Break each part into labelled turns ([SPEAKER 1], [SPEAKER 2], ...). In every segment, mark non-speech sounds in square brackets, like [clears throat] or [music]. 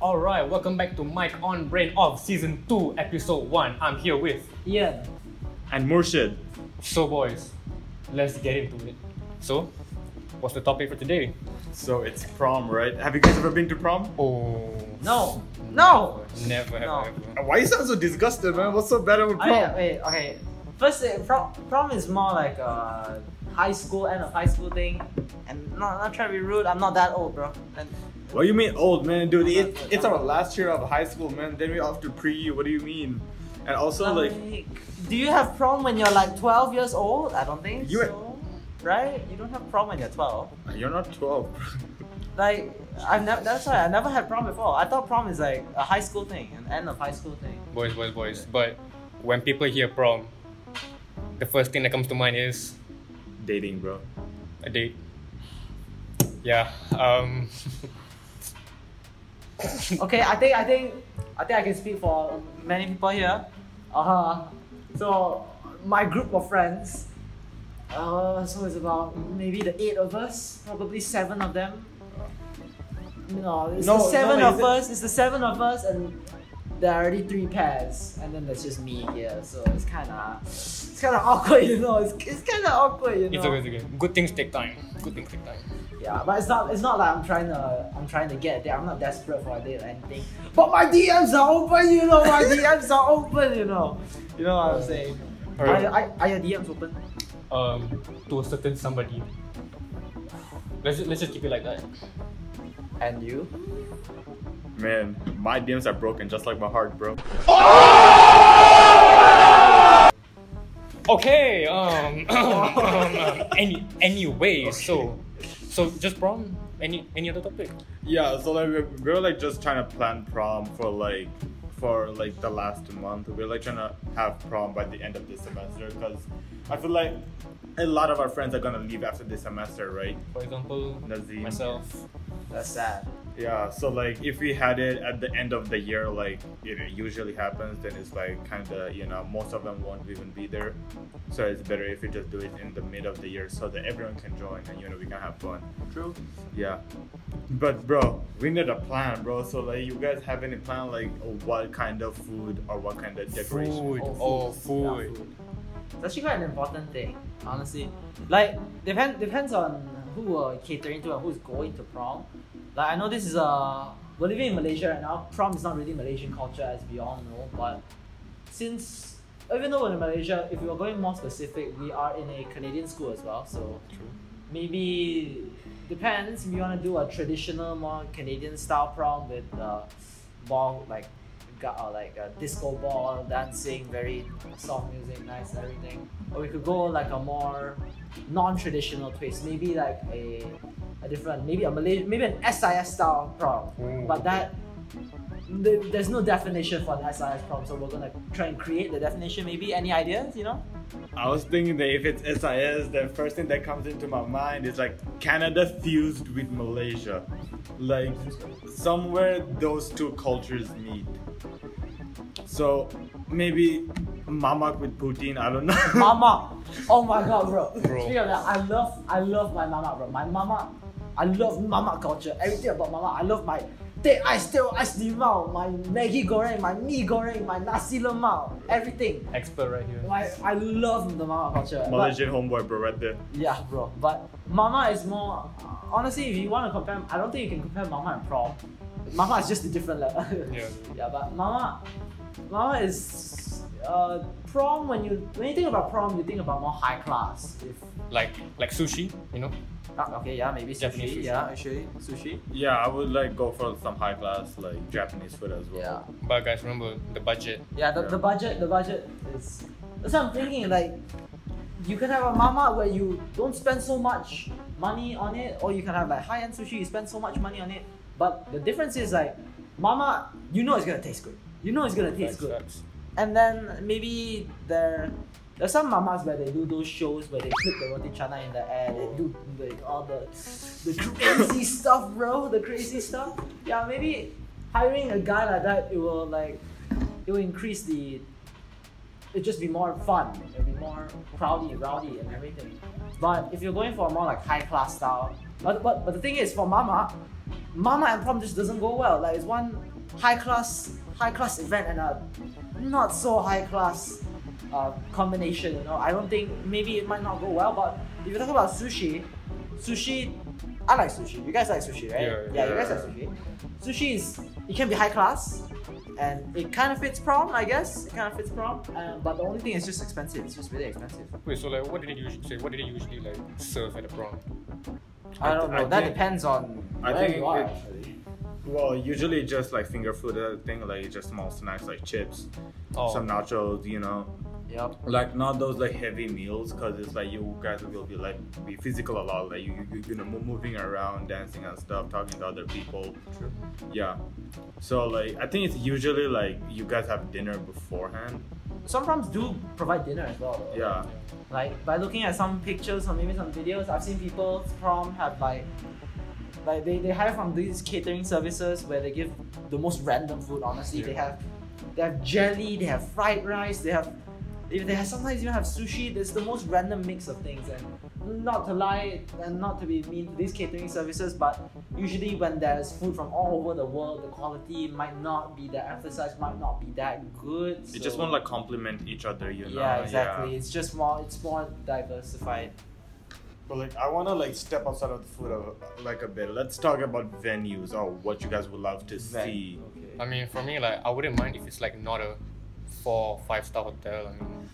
[SPEAKER 1] Alright, welcome back to Mike on Brain of Season 2, Episode 1. I'm here with.
[SPEAKER 2] Yeah.
[SPEAKER 3] and Murshid.
[SPEAKER 1] So, boys, let's get into it. So, what's the topic for today?
[SPEAKER 3] So it's prom, right? Have you guys ever been to prom?
[SPEAKER 1] Oh.
[SPEAKER 2] No. No.
[SPEAKER 1] Never have
[SPEAKER 2] No.
[SPEAKER 1] I ever.
[SPEAKER 3] Why you sound so disgusted, man? What's so bad about
[SPEAKER 2] I,
[SPEAKER 3] prom?
[SPEAKER 2] wait. Okay. First, uh, prom, prom is more like a high school end of high school thing, and not not trying to be rude. I'm not that old, bro. And
[SPEAKER 3] What do you mean old, man?
[SPEAKER 2] I'm
[SPEAKER 3] Dude,
[SPEAKER 2] not
[SPEAKER 3] it,
[SPEAKER 2] old.
[SPEAKER 3] it's our last year of high school, man. Then we're off to pre. What do you mean? And also, like,
[SPEAKER 2] do you have prom when you're like 12 years old? I don't think
[SPEAKER 3] You-
[SPEAKER 2] so. Right? You don't have prom when you're 12.
[SPEAKER 3] you're not 12.
[SPEAKER 2] Like I've never. That's why I never had prom before. I thought prom is like a high school thing, an end of high school thing.
[SPEAKER 1] Boys, boys, boys. But when people hear prom, the first thing that comes to mind is
[SPEAKER 3] [laughs] Dating, bro.
[SPEAKER 1] a date. Yeah. Um. [laughs]
[SPEAKER 2] okay, I think I think I think I can speak for many people here. Uh, so my group of friends, uh, so it's about maybe the eight of us, probably seven of them. No, it's
[SPEAKER 3] No,
[SPEAKER 2] the
[SPEAKER 3] no,
[SPEAKER 2] seven
[SPEAKER 3] is
[SPEAKER 2] of
[SPEAKER 3] it-
[SPEAKER 2] us. It's the seven of us, and there are already three pairs, and then there's just me here. So it's kind of it's kind of awkward, [laughs] you know. It's, it's kind of awkward, you know.
[SPEAKER 1] It's okay, it's okay. Good things take time. Good things take time.
[SPEAKER 2] Yeah, but it's not it's not like I'm trying to I'm trying to get there. I'm not desperate for a date or anything. But my DMs are open, you know. [laughs] My DMs are open, you know. You know what I'm saying? Are,
[SPEAKER 1] Alright.
[SPEAKER 2] your- are, are your DMs open?
[SPEAKER 1] Um, to a certain somebody. Let's just, let's just keep it like that.
[SPEAKER 2] And you?
[SPEAKER 3] Man, my DMs are broken just like my heart, bro.
[SPEAKER 1] Okay. Um. [coughs] um, any anyway, so so just prom. Any any other topic?
[SPEAKER 3] Yeah, so like we're, we're like just trying to plan prom for like for like the last month. We're like trying to have prom by the end of this semester because I feel like a lot of our friends are gonna leave after this semester, right?
[SPEAKER 1] For example,
[SPEAKER 3] Nazim.
[SPEAKER 1] myself.
[SPEAKER 2] That's sad.
[SPEAKER 3] Yeah, so like if we had it at the end of the year, like it usually happens, then it's like kind of you know most of them won't even be there. So it's better if we just do it in the mid of the year so that everyone can join and you know we can have fun.
[SPEAKER 2] True.
[SPEAKER 3] Yeah. But bro, we need a plan, bro. So like you guys have any plan like what kind of food or what kind of decoration?
[SPEAKER 1] Food. Oh,
[SPEAKER 2] Oh,
[SPEAKER 1] food.
[SPEAKER 2] Yeah, food. It's actually quite an important thing, honestly. Like depend depends on who we're catering to and who's going to prom. Like I know this is uh we're living in Malaysia right now. Prom is not really Malaysian culture as we all know, but since even though we're in Malaysia, if we were going more specific, we are in a Canadian school as well, so maybe depends. We want to do a traditional, more Canadian style prom with uh, ball like got uh, like a disco ball dancing, very soft music, nice everything. Or we could go like a more non-traditional twist, maybe like a a different, maybe a Malay, maybe an SIS style prom,
[SPEAKER 1] Ooh.
[SPEAKER 2] but that. th- There's no definition for an SIS prom, so we're gonna try and create the definition. Maybe any ideas, you know?
[SPEAKER 3] I was thinking that if it's SIS, the first thing that comes into my mind is like Canada fused with Malaysia. Like somewhere those two cultures meet. So maybe mamak with Putin, I don't know.
[SPEAKER 2] mama. Oh my god, bro.
[SPEAKER 1] Bro.
[SPEAKER 2] Speaking of that, I love I love my mama, bro. My mama, I love mama culture. Everything about mama. I love my teh ice, teh ice limau, my Maggi goreng, my mee goreng, my nasi lemak, everything.
[SPEAKER 1] Expert right here.
[SPEAKER 2] My, I love the mama culture. but-
[SPEAKER 3] [laughs] Malaysian homeboy, bro, right there.
[SPEAKER 2] yeah, bro. But Mama is more. Honestly, if you want to compare, I don't think you can compare Mama and Prom. Mama is just a different level.
[SPEAKER 1] Yeah.
[SPEAKER 2] [laughs] yeah, but Mama, Mama is uh, Prom. When you when you think about Prom, you think about more high class. If
[SPEAKER 1] Like like sushi, you know.
[SPEAKER 2] ah, okay, yeah, maybe
[SPEAKER 1] Japanese
[SPEAKER 2] sushi.
[SPEAKER 1] sushi.
[SPEAKER 2] Yeah, actually sushi.
[SPEAKER 3] Yeah, I would like go for some high class like Japanese food as well.
[SPEAKER 2] Yeah.
[SPEAKER 1] But guys, remember the budget.
[SPEAKER 2] Yeah, the, the
[SPEAKER 3] Yeah.
[SPEAKER 2] budget, the budget is. That's what I'm thinking. Like, you can have a mama where you don't spend so much money on it, or you can have like high end sushi. You spend so much money on it, but the difference is like, mama, you know it's gonna taste good. You know it's gonna
[SPEAKER 1] Facts,
[SPEAKER 2] taste good.
[SPEAKER 1] facts.
[SPEAKER 2] And then maybe there there's some mamas where they do those shows where they flip the roti chana in the air, they do like all the the crazy [laughs] stuff, bro, the crazy stuff. Yeah, maybe hiring a guy like that it will like it will increase the it'll just be more fun. It'll be more crowdy, rowdy and everything. But if you're going for a more like high class style but but, but the thing is for mama, mama and prom just doesn't go well. Like it's one high class high class event and a not so high class uh, combination. You know, I don't think maybe it might not go well. But if you talk about sushi, sushi, I like sushi. You guys like sushi, right?
[SPEAKER 1] Yeah,
[SPEAKER 2] you guys like sushi. Sushi is it can be high class, and it kind of fits prom, I guess. It kind of fits prom, um, but the only thing is just expensive. It's just really expensive.
[SPEAKER 1] Wait, so like, what did they usually say? What did they usually like serve at a prom?
[SPEAKER 2] I don't know.
[SPEAKER 3] I
[SPEAKER 2] that
[SPEAKER 3] think-
[SPEAKER 2] depends on
[SPEAKER 3] I
[SPEAKER 2] where
[SPEAKER 3] think
[SPEAKER 2] you are.
[SPEAKER 3] it-
[SPEAKER 2] actually.
[SPEAKER 3] Well, usually just like finger food, uh, thing like just small snacks like chips,
[SPEAKER 1] Oh.
[SPEAKER 3] some nachos, you know,
[SPEAKER 2] Yep.
[SPEAKER 3] like not those like heavy meals because it's like you guys will be like be physical a lot, like you you, you- you know mo- moving around, dancing and stuff, talking to other people.
[SPEAKER 1] True.
[SPEAKER 3] Yeah, so like I think it's usually like you guys have dinner beforehand.
[SPEAKER 2] Some proms do provide dinner as well. though.
[SPEAKER 3] Yeah,
[SPEAKER 2] Like by looking at some pictures or maybe some videos, I've seen people prom have like like they, they hire from these catering services where they give the most random food honestly. They
[SPEAKER 1] Yeah.
[SPEAKER 2] have they have jelly, they have fried rice, they have if they have sometimes even have sushi, there's the most random mix of things and not to lie and not to be mean to these catering services, but usually when there's food from all over the world, the quality might not be that emphasized, might not be that good.
[SPEAKER 3] they just
[SPEAKER 2] so-
[SPEAKER 3] want to like compliment each other, you know.
[SPEAKER 2] yeah, exactly. It's just more. It's more diversified.
[SPEAKER 3] But like, I want to like step outside of the food a, like a bit. Let's talk about venues or what you guys would love to see.
[SPEAKER 1] I mean, for me, like, I wouldn't mind if it's like not a four, five star hotel. I mean,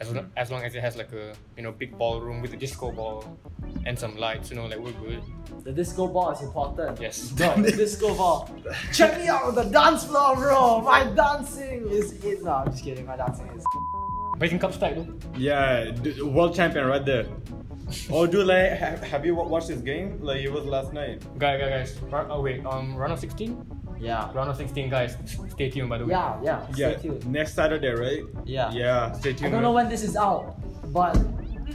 [SPEAKER 1] as long, as long as it has like a you know big ballroom with a disco ball and some lights, you know, like we're good.
[SPEAKER 2] The disco ball is important.
[SPEAKER 1] Yes.
[SPEAKER 2] Bro, [laughs] the disco ball. Check me out on the dance floor, bro. My dancing is it. No, I'm just kidding. My dancing is.
[SPEAKER 1] Making cup stack though.
[SPEAKER 3] Yeah, d- world champion right there. [laughs] oh, dude, like, have, have you wa- watched this game? Like, it was last night.
[SPEAKER 1] Guy, guy, guys. Run, oh wait, um, round of sixteen.
[SPEAKER 2] Yeah.
[SPEAKER 1] Round of sixteen, guys. Stay tuned, by the way.
[SPEAKER 2] Yeah, yeah. Stay tuned.
[SPEAKER 3] next Saturday, right?
[SPEAKER 2] Yeah.
[SPEAKER 3] Yeah, stay tuned.
[SPEAKER 2] I don't know when this is out, but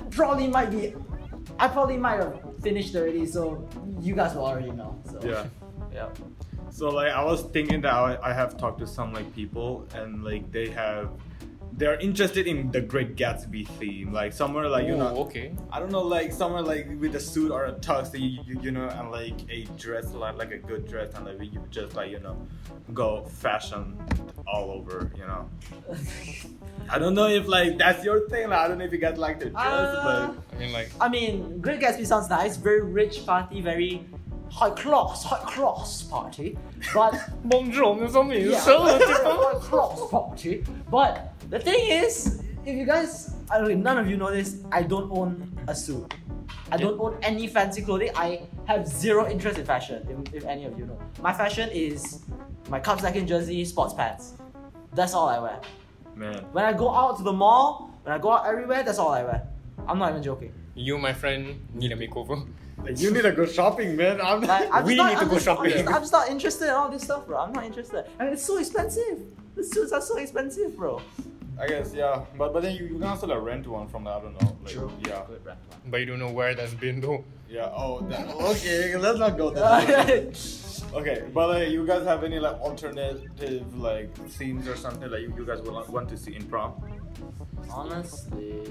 [SPEAKER 2] probably might be. I probably might have finished already, so you guys will already know. So.
[SPEAKER 3] Yeah.
[SPEAKER 2] [laughs] Yeah.
[SPEAKER 3] So like I was thinking that I, I have talked to some like people and like they have they're interested in the Great Gatsby theme, like somewhere like you
[SPEAKER 1] Ooh,
[SPEAKER 3] know
[SPEAKER 1] Oh, okay.
[SPEAKER 3] I don't know, like somewhere like with a suit or a tux, that you, you, you know, and like a dress, like like a good dress, and like you just like you know, go fashion all over, you know. I don't know if like that's your thing. Like, I don't know if you guys like to dress,
[SPEAKER 2] Uh,
[SPEAKER 3] but
[SPEAKER 1] I mean, like,
[SPEAKER 2] I mean, Great Gatsby sounds nice, very rich party, very high class, high class party. But
[SPEAKER 1] bonjour, mes amis.
[SPEAKER 2] yeah, high class party. But the thing is, if you guys, I don't, none of you know this, I don't own a suit. I don't own any fancy clothing. I have zero interest in fashion. If, if any of you know, my fashion is my cup stacking jersey, sports pants. That's all I wear.
[SPEAKER 3] man,
[SPEAKER 2] When I go out to the mall, when I go out everywhere, that's all I wear. I'm not even joking.
[SPEAKER 1] You, my friend, need a makeover. [laughs]
[SPEAKER 3] like, you need to go shopping, man. I'm
[SPEAKER 2] Like, I'm
[SPEAKER 1] We
[SPEAKER 2] just not,
[SPEAKER 1] need to
[SPEAKER 2] I'm
[SPEAKER 1] go
[SPEAKER 2] just,
[SPEAKER 1] shopping.
[SPEAKER 2] I'm just, I'm just not interested in all this stuff, bro. I'm not interested. I mean, it's so expensive. The suits are so expensive, bro.
[SPEAKER 3] I guess yeah, but but then you, you can also like rent one from I don't know,
[SPEAKER 2] [laughs]
[SPEAKER 3] like yeah,
[SPEAKER 1] But you don't know where that's been though.
[SPEAKER 3] yeah. Oh, that, [laughs] okay, let's not go [laughs] there.
[SPEAKER 2] Uh,
[SPEAKER 3] Okay, but like, you guys have any like alternative like themes or something like you, you guys would like, want to see in prom?
[SPEAKER 2] Honestly,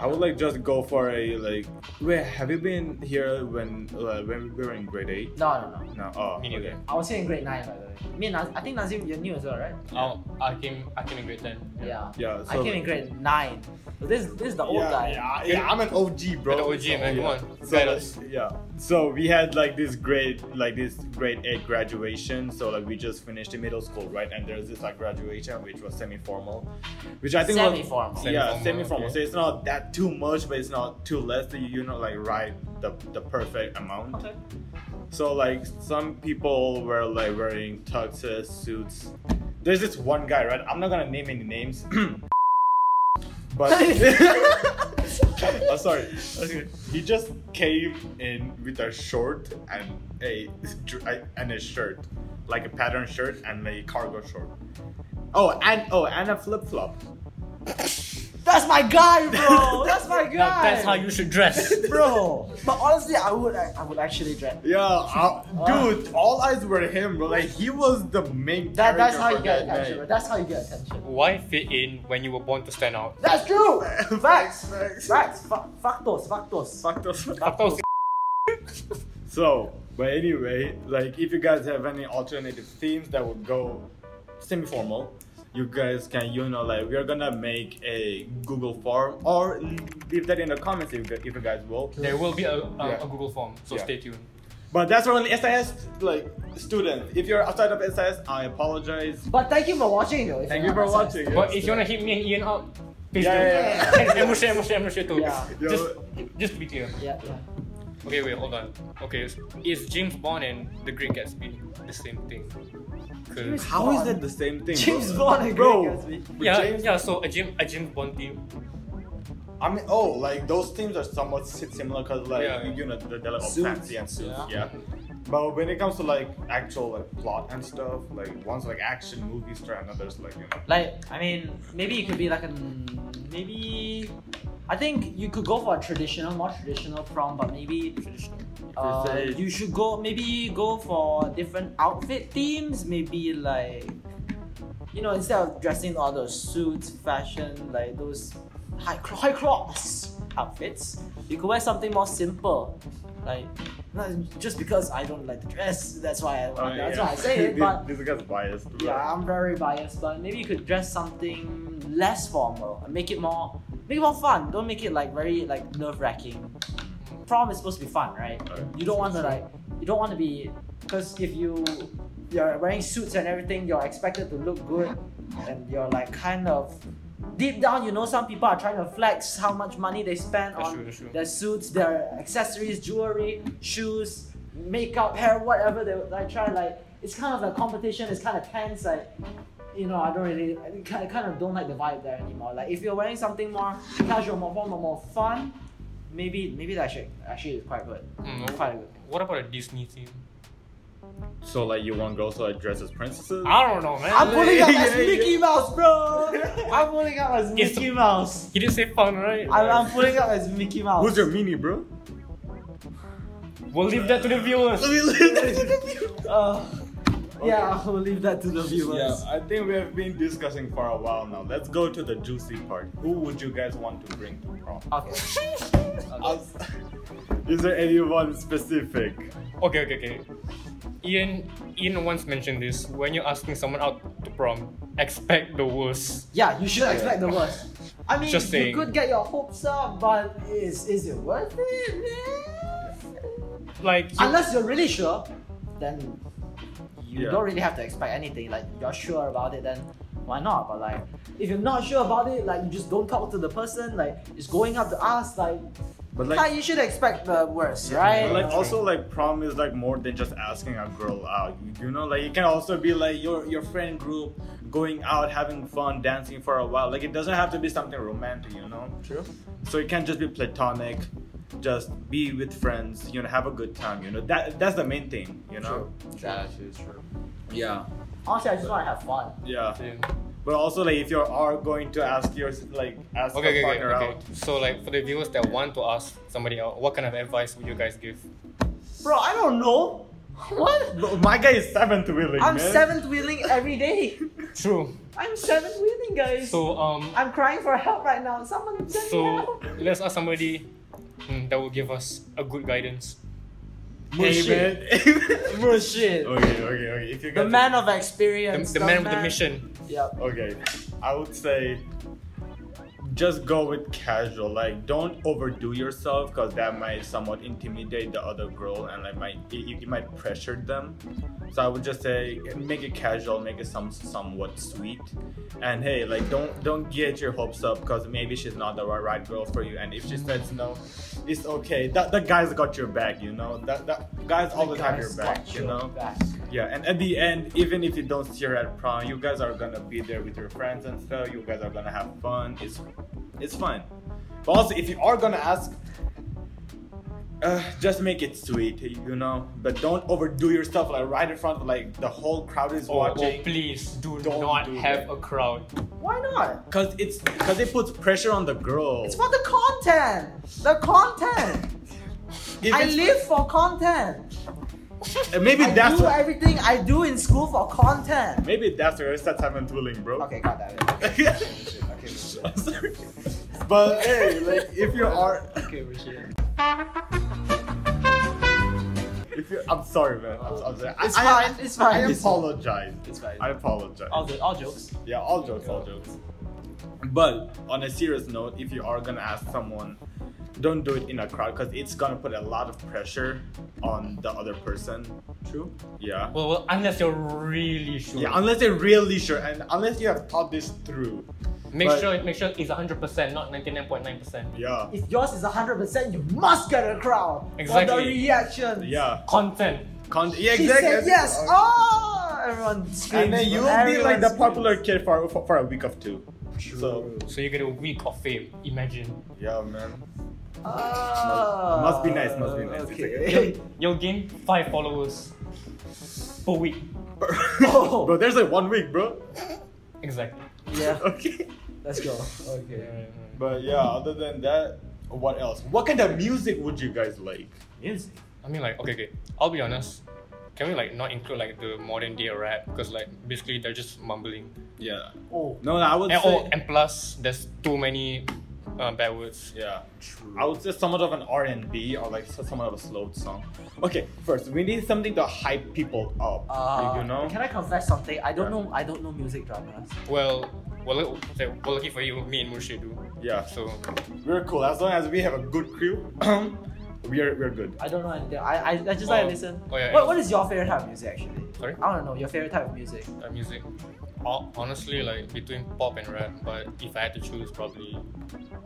[SPEAKER 3] I would like just go for a like. Wait, have you been here when uh, when we were in grade eight?
[SPEAKER 2] no, no, no.
[SPEAKER 3] No. Oh.
[SPEAKER 1] Me neither.
[SPEAKER 3] okay.
[SPEAKER 2] I was here in grade nine, by the way. Me and Naz- I think Nazim, you're new as well, right?
[SPEAKER 1] Oh, I came, I came in grade ten.
[SPEAKER 2] Yeah.
[SPEAKER 3] Yeah. So,
[SPEAKER 2] I came in grade nine. This, this is the old
[SPEAKER 3] yeah,
[SPEAKER 2] guy.
[SPEAKER 3] Yeah, [laughs] yeah, I'm an OG, bro.
[SPEAKER 1] You're the OG,
[SPEAKER 3] So,
[SPEAKER 1] man, come
[SPEAKER 3] yeah.
[SPEAKER 1] on,
[SPEAKER 3] So,
[SPEAKER 1] guide us.
[SPEAKER 3] like, yeah. So we had like this grade, like this grade eight graduation. So like we just finished in middle school, right? And there's this like graduation which was semi-formal, which I think was
[SPEAKER 2] Semi-formal.
[SPEAKER 3] Yeah,
[SPEAKER 1] Semi-formal,
[SPEAKER 3] semi-formal.
[SPEAKER 1] okay.
[SPEAKER 3] So it's not that too much, but it's not too less. So you, you know, like right the the perfect amount.
[SPEAKER 2] Okay.
[SPEAKER 3] So like some people were like wearing tuxes, suits. There's this one guy, right? I'm not gonna name any names, [clears throat] but
[SPEAKER 2] [laughs]
[SPEAKER 3] [laughs] I'm Oh, sorry. Okay. He just came in with a short and a and a shirt, like a pattern shirt and a cargo short. Oh, and oh, and a flip flop.
[SPEAKER 2] That's my guy, [laughs] bro. That's my guy.
[SPEAKER 1] Now, that's how you should dress.
[SPEAKER 2] [laughs] bro. But honestly, I would, I, I would actually dress.
[SPEAKER 3] Yeah,
[SPEAKER 2] [laughs]
[SPEAKER 3] I, dude, all eyes were him, bro. Like he was the main.
[SPEAKER 2] That, that's
[SPEAKER 3] character
[SPEAKER 2] how you
[SPEAKER 3] for
[SPEAKER 2] get
[SPEAKER 3] that
[SPEAKER 2] attention.
[SPEAKER 3] night.
[SPEAKER 2] bro. That's how you get attention.
[SPEAKER 1] Why fit in when you were born to stand out?
[SPEAKER 2] That's
[SPEAKER 3] [laughs]
[SPEAKER 2] true.
[SPEAKER 3] Facts,
[SPEAKER 2] Facts.
[SPEAKER 3] facts.
[SPEAKER 2] Facts. Fa- Factos. Factos.
[SPEAKER 3] Fuck those.
[SPEAKER 1] Of course.
[SPEAKER 3] So But anyway, like if you guys have any alternative themes that would go semi-formal, you guys can, you know, like we're gonna make a Google form or leave that in the comments if, if you guys will.
[SPEAKER 1] [laughs] There will be a, a,
[SPEAKER 3] Yeah.
[SPEAKER 1] a Google form, so
[SPEAKER 3] Yeah.
[SPEAKER 1] stay tuned.
[SPEAKER 3] But that's for only SIS like students. If you're outside of SIS, I apologize.
[SPEAKER 2] But thank you for watching though. if
[SPEAKER 3] Thank you
[SPEAKER 2] you're
[SPEAKER 3] for
[SPEAKER 2] not
[SPEAKER 3] watching.
[SPEAKER 2] outside.
[SPEAKER 1] But if you wanna hit me and Ian up, please
[SPEAKER 3] Yeah,
[SPEAKER 1] do. [laughs]
[SPEAKER 3] yeah,
[SPEAKER 2] yeah.
[SPEAKER 1] and, and Moshe, Moshe, Moshe too.
[SPEAKER 2] Yeah.
[SPEAKER 3] Yo.
[SPEAKER 1] Just, just to be clear.
[SPEAKER 2] Yeah, yeah.
[SPEAKER 1] Okay, wait, hold on. Okay, is- is James Bond and The Great Gatsby the same thing? 'Cause-
[SPEAKER 3] How is
[SPEAKER 2] Bond.
[SPEAKER 3] that the same thing?
[SPEAKER 2] James
[SPEAKER 3] bro?
[SPEAKER 2] Bond and
[SPEAKER 3] bro.
[SPEAKER 2] Great Gatsby.
[SPEAKER 3] with
[SPEAKER 1] yeah,
[SPEAKER 3] James-
[SPEAKER 1] yeah. So a James, a James Bond team.
[SPEAKER 3] I mean, oh, like those themes are somewhat si- similar because, like,
[SPEAKER 1] Yeah.
[SPEAKER 3] you know, they're, they're like all
[SPEAKER 2] Suits,
[SPEAKER 3] fancy and suits,
[SPEAKER 2] yeah.
[SPEAKER 3] yeah. But when it comes to like actual like plot and stuff, like one's like action movies to another's like you know.
[SPEAKER 2] Like, I mean, maybe it could be like an maybe. I think you could go for a traditional, more traditional prom, but maybe uh,
[SPEAKER 3] Crusade.
[SPEAKER 2] you should go maybe go for different outfit themes. Maybe like you know, instead of dressing all those suits, fashion like those high cl- high class outfits, you could wear something more simple, like. Not just because I don't like to dress, that's why I,
[SPEAKER 3] Oh,
[SPEAKER 2] that's why I say it.
[SPEAKER 3] [laughs] This-
[SPEAKER 2] But
[SPEAKER 3] this guy's biased. bro.
[SPEAKER 2] yeah, I'm very biased, but maybe you could dress something less formal and make it more make it more fun. Don't make it like very like nerve wracking. Prom is supposed to be fun, right?
[SPEAKER 3] Alright.
[SPEAKER 2] You don't want to like you don't want to be because if you you're wearing suits and everything, you're expected to look good, and you're like kind of deep down you know some people are trying to flex how much money they spend
[SPEAKER 1] That's
[SPEAKER 2] on
[SPEAKER 1] true, that's true.
[SPEAKER 2] their suits, their accessories, jewelry, shoes, makeup, hair, whatever they like try like it's kind of a competition, it's kind of tense, like you know, I don't really I kind of, kind of don't like the vibe there anymore. Like if you're wearing something more casual, more formal, more fun, maybe maybe that should actually is quite good.
[SPEAKER 1] Mm.
[SPEAKER 2] Quite a good thing.
[SPEAKER 1] What about a Disney team?
[SPEAKER 3] So like you want girls to like dress as princesses?
[SPEAKER 1] I don't know, man.
[SPEAKER 2] I'm pulling up as
[SPEAKER 3] Yeah, yeah.
[SPEAKER 2] Mickey Mouse, bro. [laughs] I'm pulling up as
[SPEAKER 1] It's-
[SPEAKER 2] Mickey Mouse.
[SPEAKER 1] He didn't say fun, right?
[SPEAKER 2] I'm, I'm pulling up as Mickey Mouse.
[SPEAKER 3] Who's your meanie,
[SPEAKER 1] [laughs]
[SPEAKER 3] bro?
[SPEAKER 1] We'll leave that to the viewers.
[SPEAKER 2] Uh, Yeah, I will leave that to the viewers.
[SPEAKER 3] Yeah, I think we have been discussing for a while now. Let's go to the juicy part. Who would you guys want to bring to prom?
[SPEAKER 2] Okay. [laughs]
[SPEAKER 3] Us- [laughs] Is there anyone specific?
[SPEAKER 1] Okay, okay, okay. Ian, Ian once mentioned this. When you're asking someone out to prom, expect the worst.
[SPEAKER 2] Yeah, you should expect the worst. I mean,
[SPEAKER 1] Just
[SPEAKER 2] you
[SPEAKER 1] saying.
[SPEAKER 2] could get your hopes up, but is is it worth it, man?
[SPEAKER 1] Like, you-
[SPEAKER 2] Unless you're really sure, then you
[SPEAKER 3] Yeah.
[SPEAKER 2] don't really have to expect anything. Like you're sure about it, then why not? But like, if you're not sure about it, like you just don't talk to the person. Like it's going up to us. Like,
[SPEAKER 3] But
[SPEAKER 2] like,
[SPEAKER 3] like,
[SPEAKER 2] you should expect the worst,
[SPEAKER 3] but
[SPEAKER 2] right?
[SPEAKER 3] like also like prom is like more than just asking a girl out. You, you know, like it can also be like your your friend group going out, having fun, dancing for a while. Like it doesn't have to be something romantic, you know.
[SPEAKER 2] true.
[SPEAKER 3] So it can't just be platonic. Just be with friends, you know, have a good time, you know. That that's the main thing, you know.
[SPEAKER 2] Yeah.
[SPEAKER 4] is true.
[SPEAKER 3] Yeah.
[SPEAKER 2] Honestly, I just want to have fun.
[SPEAKER 3] Yeah.
[SPEAKER 1] Yeah.
[SPEAKER 3] But also, like, if you are going to ask your like ask
[SPEAKER 1] Okay, okay, okay,
[SPEAKER 3] a partner
[SPEAKER 1] okay.
[SPEAKER 3] out,
[SPEAKER 1] So, like, for the viewers that want to ask somebody out, what kind of advice would you guys give?
[SPEAKER 2] Bro, I don't [laughs] know. What?
[SPEAKER 3] Bro, my guy is seventh wheeling.
[SPEAKER 2] I'm
[SPEAKER 3] man.
[SPEAKER 2] seventh wheeling every day. [laughs]
[SPEAKER 1] True.
[SPEAKER 2] I'm seventh wheeling, guys.
[SPEAKER 1] So, um,
[SPEAKER 2] I'm crying for help right now. Someone send me
[SPEAKER 1] so
[SPEAKER 2] help. [laughs]
[SPEAKER 1] let's ask somebody mm, that will give us a good guidance.
[SPEAKER 3] Hey, man. [laughs]
[SPEAKER 2] Bullshit.
[SPEAKER 3] okay, okay, okay. If you
[SPEAKER 2] The
[SPEAKER 3] guys-
[SPEAKER 2] man of
[SPEAKER 1] The,
[SPEAKER 2] experience.
[SPEAKER 1] the man with the mission.
[SPEAKER 2] Yep.
[SPEAKER 3] Okay, I would say just go with casual. Like, don't overdo yourself because that might somewhat intimidate the other girl and like might it, it might pressure them. So I would just say make it casual, make it some somewhat sweet, and hey, like don't don't get your hopes up because maybe she's not the right, right girl for you. And if she says no, it's okay. That the guys got your back, you know. That that guys always have your
[SPEAKER 2] Guys,
[SPEAKER 3] back,
[SPEAKER 2] watch
[SPEAKER 3] you
[SPEAKER 2] your
[SPEAKER 3] know.
[SPEAKER 2] back.
[SPEAKER 3] Yeah, and at the end, even if you don't see her at prom, you guys are gonna be there with your friends and stuff. You guys are gonna have fun. It's it's fun. But also, if you are gonna ask, uh, just make it sweet, you know. But don't overdo yourself. Like right in front, of, like the whole crowd is
[SPEAKER 1] Oh, oh,
[SPEAKER 3] watching.
[SPEAKER 1] please do
[SPEAKER 3] Don't
[SPEAKER 1] not
[SPEAKER 3] do
[SPEAKER 1] have
[SPEAKER 3] that.
[SPEAKER 1] a crowd.
[SPEAKER 2] Why not?
[SPEAKER 3] Cause it's cause it puts pressure on the girl.
[SPEAKER 2] It's for the content. The content.
[SPEAKER 3] If
[SPEAKER 2] I
[SPEAKER 3] it's-
[SPEAKER 2] live for content.
[SPEAKER 3] and maybe
[SPEAKER 2] I
[SPEAKER 3] that's
[SPEAKER 2] do
[SPEAKER 3] what-
[SPEAKER 2] everything I do in school for content.
[SPEAKER 3] maybe that's where it's that time and tooling, bro. [laughs]
[SPEAKER 2] Okay, got that.
[SPEAKER 3] I'm sorry. [laughs] But hey, like if you are.
[SPEAKER 2] Okay, Rashid.
[SPEAKER 3] If you, I'm sorry, man. I'm, I'm sorry. I-
[SPEAKER 2] It's
[SPEAKER 3] I,
[SPEAKER 2] fine, it's fine,
[SPEAKER 3] I
[SPEAKER 2] it's fine.
[SPEAKER 3] apologize.
[SPEAKER 4] It's fine.
[SPEAKER 3] I apologize.
[SPEAKER 2] All, the, all jokes.
[SPEAKER 3] Yeah, all jokes, all jokes. But on a serious note, if you are gonna ask someone, don't do it in a crowd because it's gonna put a lot of pressure on the other person.
[SPEAKER 2] True.
[SPEAKER 3] Yeah.
[SPEAKER 1] Well, well, unless you're really sure.
[SPEAKER 3] Yeah, unless they're really sure and unless you have thought this through.
[SPEAKER 1] make
[SPEAKER 3] but-
[SPEAKER 1] sure make sure it's 100%, not 99.9%.
[SPEAKER 3] Yeah.
[SPEAKER 2] If yours is 100%, you must get a crowd. For
[SPEAKER 1] Exactly.
[SPEAKER 2] the reaction.
[SPEAKER 3] Yeah.
[SPEAKER 1] Content.
[SPEAKER 3] Con- yeah,
[SPEAKER 2] She
[SPEAKER 3] exactly.
[SPEAKER 2] said yes. Oh, everyone screams.
[SPEAKER 3] And then you'll be
[SPEAKER 2] Everyone
[SPEAKER 3] like the
[SPEAKER 2] screams.
[SPEAKER 3] popular kid for, for, for a week of two. So,
[SPEAKER 1] So you get a week of fame.
[SPEAKER 3] [laughs]
[SPEAKER 1] Imagine.
[SPEAKER 3] yeah, man.
[SPEAKER 2] Ah.
[SPEAKER 3] Must be nice, must be nice. It's
[SPEAKER 2] Okay.
[SPEAKER 1] You'll gain five followers per week.
[SPEAKER 3] [laughs]
[SPEAKER 2] Oh.
[SPEAKER 3] bro, there's like one week, bro. [laughs]
[SPEAKER 1] Exactly.
[SPEAKER 2] yeah,
[SPEAKER 3] Okay.
[SPEAKER 2] let's go. Okay.
[SPEAKER 3] But yeah, other than that, what else? What kind of music would you guys like?
[SPEAKER 2] Music.
[SPEAKER 1] I mean, like, okay, okay. I'll be honest. Can we like not include like the modern day rap? Because like basically they're just mumbling.
[SPEAKER 3] Yeah.
[SPEAKER 2] Oh,
[SPEAKER 3] No, no I would
[SPEAKER 1] And,
[SPEAKER 3] say.
[SPEAKER 1] oh, and plus there's too many uh, bad words.
[SPEAKER 3] yeah.
[SPEAKER 2] true.
[SPEAKER 3] I would say somewhat of an R and B or like so- somewhat of a slow song. Okay, first we need something to hype people up.
[SPEAKER 2] Uh,
[SPEAKER 3] you know.
[SPEAKER 2] Can I confess something? I don't
[SPEAKER 3] Yeah.
[SPEAKER 2] know. I don't know music dramas.
[SPEAKER 1] Well, well, okay, well, lucky for you, me and Murshi do.
[SPEAKER 3] Yeah,
[SPEAKER 1] So uh,
[SPEAKER 3] we're cool as long as we have a good crew. [clears throat] we're we're good.
[SPEAKER 2] I don't know anything. I I, I just like
[SPEAKER 1] Oh.
[SPEAKER 2] to listen.
[SPEAKER 1] Oh, yeah,
[SPEAKER 2] what,
[SPEAKER 1] yeah.
[SPEAKER 2] what is your favorite type of music actually?
[SPEAKER 1] Sorry?
[SPEAKER 2] I want to know your favorite type of music.
[SPEAKER 1] uh, music. Ho- Honestly, like between pop and rap, but if I had to choose, probably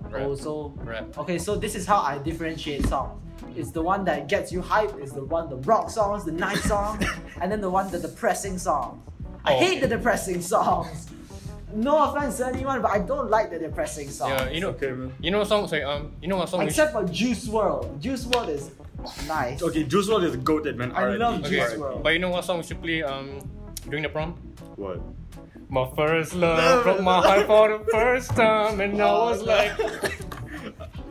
[SPEAKER 1] rap.
[SPEAKER 2] Oh, so
[SPEAKER 1] Rap.
[SPEAKER 2] okay. So this is how I differentiate songs. It's the one that gets you hype. It's the one the rock songs, the nice songs, and then the one the depressing songs. I
[SPEAKER 1] Oh,
[SPEAKER 2] hate the
[SPEAKER 1] okay.
[SPEAKER 2] depressing songs. No offense to anyone, but I don't like the depressing songs.
[SPEAKER 1] Yeah, you know,
[SPEAKER 3] Okay, man.
[SPEAKER 1] you know songs like um, you know what song? which-
[SPEAKER 2] Except for Juice World. Juice World is nice.
[SPEAKER 3] Okay, Juice WRLD is goated, man.
[SPEAKER 2] I
[SPEAKER 3] R&B.
[SPEAKER 2] love
[SPEAKER 1] okay,
[SPEAKER 2] Juice WRLD.
[SPEAKER 1] but you know what song we should play um during the prom?
[SPEAKER 3] What?
[SPEAKER 1] My first love broke my heart for the first time, and I
[SPEAKER 3] Oh,
[SPEAKER 1] was like, [laughs]
[SPEAKER 3] [laughs]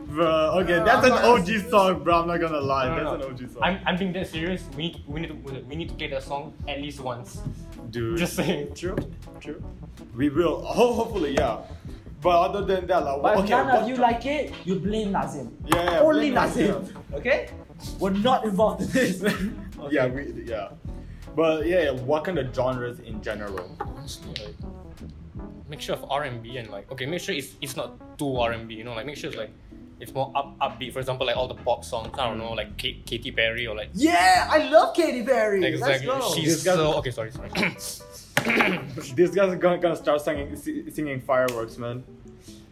[SPEAKER 3] Bro, okay,
[SPEAKER 2] Uh,
[SPEAKER 3] that's
[SPEAKER 2] I'm
[SPEAKER 3] an
[SPEAKER 2] not-
[SPEAKER 3] OG song, bro. I'm not gonna lie,
[SPEAKER 1] No, no,
[SPEAKER 3] that's
[SPEAKER 1] no.
[SPEAKER 3] an OG song,
[SPEAKER 1] I'm, I'm being that serious. We need, to, we need to, we need to play that song at least once.
[SPEAKER 3] dude.
[SPEAKER 1] Just saying.
[SPEAKER 3] True, true. We will. Oh, hopefully, yeah. But other than that, like,
[SPEAKER 2] But if
[SPEAKER 3] okay,
[SPEAKER 2] none
[SPEAKER 3] what-
[SPEAKER 2] of you like it, you blame Nazim.
[SPEAKER 3] Yeah, yeah,
[SPEAKER 2] Only
[SPEAKER 3] blame
[SPEAKER 2] Nazim.
[SPEAKER 3] Nazim.
[SPEAKER 2] Okay? We're not involved in this.
[SPEAKER 3] Yeah, we yeah. But yeah, yeah, what kind of genres in general?
[SPEAKER 1] Honestly, like, make sure of R and B and like, okay, make sure it's it's not too R and B. You know, like make sure it's like. It's more up upbeat. For example, like all the pop songs. I don't know, like Kate, Katy Perry or like
[SPEAKER 2] yeah, I love Katy Perry.
[SPEAKER 1] Exactly.
[SPEAKER 2] Let's go.
[SPEAKER 1] She's
[SPEAKER 3] This guy-
[SPEAKER 1] so okay. Sorry, sorry.
[SPEAKER 3] These guys are gonna, gonna start singing si- singing fireworks, man.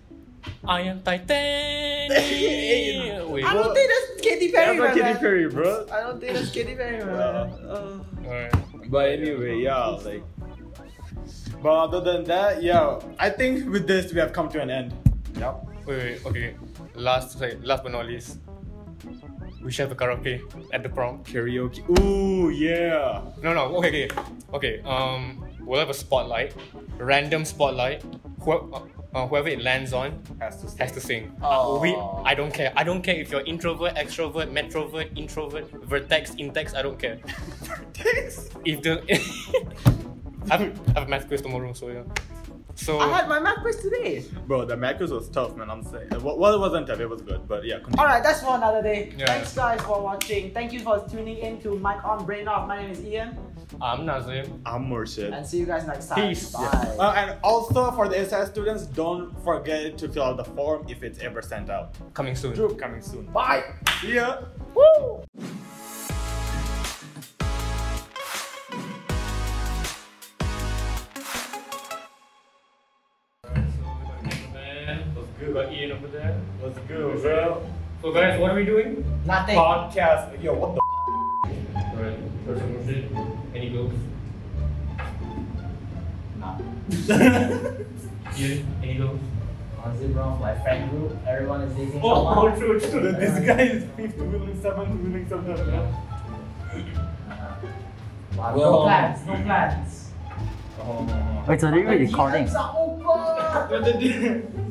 [SPEAKER 1] [coughs] I am Titanic.
[SPEAKER 3] Hey,
[SPEAKER 1] Wait.
[SPEAKER 2] I don't think that's Katy Perry,
[SPEAKER 3] That's not
[SPEAKER 2] my
[SPEAKER 3] Katy
[SPEAKER 2] man.
[SPEAKER 3] Perry, bro.
[SPEAKER 2] I don't think that's Katy Perry, my man. Uh,
[SPEAKER 1] Alright.
[SPEAKER 3] But anyway, yeah, like. But other than that, yeah, I think with this we have come to an end. Yep.
[SPEAKER 1] Wait, wait. Okay. Last, sorry, last but not least, we should have a karaoke at the prom.
[SPEAKER 3] Karaoke. Ooh, yeah.
[SPEAKER 1] No, no. Okay, okay. Okay. Um, we'll have a spotlight, random spotlight. Whoever, uh, whoever it lands on
[SPEAKER 3] Has to sing.
[SPEAKER 1] has to
[SPEAKER 3] [laughs]
[SPEAKER 1] sing.
[SPEAKER 2] Oh.
[SPEAKER 1] We, I don't care. I don't care if you're introvert, extrovert, metrovert, introvert, vertex, intex. I don't care. If the [laughs] I have, I have a math quiz tomorrow, so yeah. So
[SPEAKER 2] I had my math quiz today.
[SPEAKER 3] Bro, the Macros was tough, man. I'm saying. Well, well, it wasn't tough. It was good, but yeah. Continue.
[SPEAKER 2] Alright, that's for another day.
[SPEAKER 1] Yeah.
[SPEAKER 2] Thanks guys for watching. Thank you for tuning in to Mike on Brain Off. My name is Ian.
[SPEAKER 1] I'm Nazim.
[SPEAKER 3] I'm more shit.
[SPEAKER 2] And see you guys next time.
[SPEAKER 1] Peace.
[SPEAKER 2] Bye.
[SPEAKER 3] Yeah. Uh, and also for the SI students, don't forget to fill out the form if it's ever sent out.
[SPEAKER 1] Coming soon.
[SPEAKER 3] True, coming soon.
[SPEAKER 2] Bye.
[SPEAKER 3] See ya.
[SPEAKER 2] Woo!
[SPEAKER 1] What's good? Got Ian over there.
[SPEAKER 3] What's good, bro?
[SPEAKER 1] So guys, what are we doing?
[SPEAKER 2] Nothing.
[SPEAKER 3] Podcast. Yo, what the?
[SPEAKER 1] Alright, first of all, any goals?
[SPEAKER 2] Nah.
[SPEAKER 1] Ian, any goals?
[SPEAKER 2] Honestly, bro, my friend group, everyone is dating.
[SPEAKER 1] Oh,
[SPEAKER 2] someone.
[SPEAKER 1] true, true.
[SPEAKER 2] This guy
[SPEAKER 3] is fifth wheeling, seventh wheeling, something.
[SPEAKER 2] Wow,
[SPEAKER 1] Well-
[SPEAKER 3] Oh,
[SPEAKER 2] no plans, no plans.
[SPEAKER 5] Wait, so are they really recording?
[SPEAKER 2] DMs are open.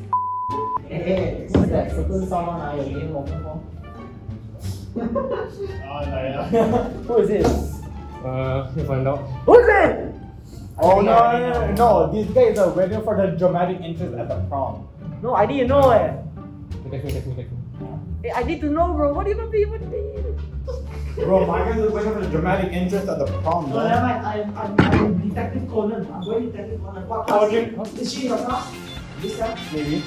[SPEAKER 2] Hey, hey, who's that? Circle someone I have been walking for.
[SPEAKER 3] Ah, [laughs]
[SPEAKER 2] Who is this?
[SPEAKER 1] Uh, you find out.
[SPEAKER 2] Who's it?
[SPEAKER 3] Oh no, no, no! These guys are waiting for the dramatic interest at the prom.
[SPEAKER 2] No, I need to know eh.
[SPEAKER 1] Text me, text me, text me.
[SPEAKER 2] Eh, I need to know, bro. What even be? What do you mean?
[SPEAKER 3] Bro, Michael just went for the dramatic interest at the prom,
[SPEAKER 2] No, never mind. I'm, I'm, I'm Detective Conan. I'm going Detective Conan. What class?
[SPEAKER 3] Okay.
[SPEAKER 2] Is she in your class? This time?
[SPEAKER 3] Maybe.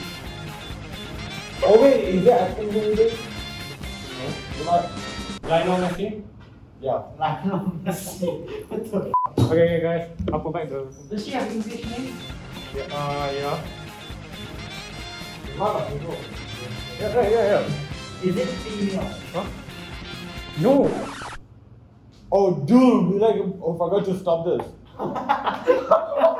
[SPEAKER 3] Oh wait, is there acting in this? Like,
[SPEAKER 1] Lionel Messi.
[SPEAKER 3] yeah.
[SPEAKER 2] Lionel Messi. What the f?
[SPEAKER 1] Okay, okay, guys. I'll provide the.
[SPEAKER 2] Does she have English name?
[SPEAKER 1] Uh, yeah.
[SPEAKER 3] Yeah, yeah, yeah, yeah.
[SPEAKER 2] Is it female?
[SPEAKER 1] No.
[SPEAKER 3] Oh dude, we like oh forgot to stop this.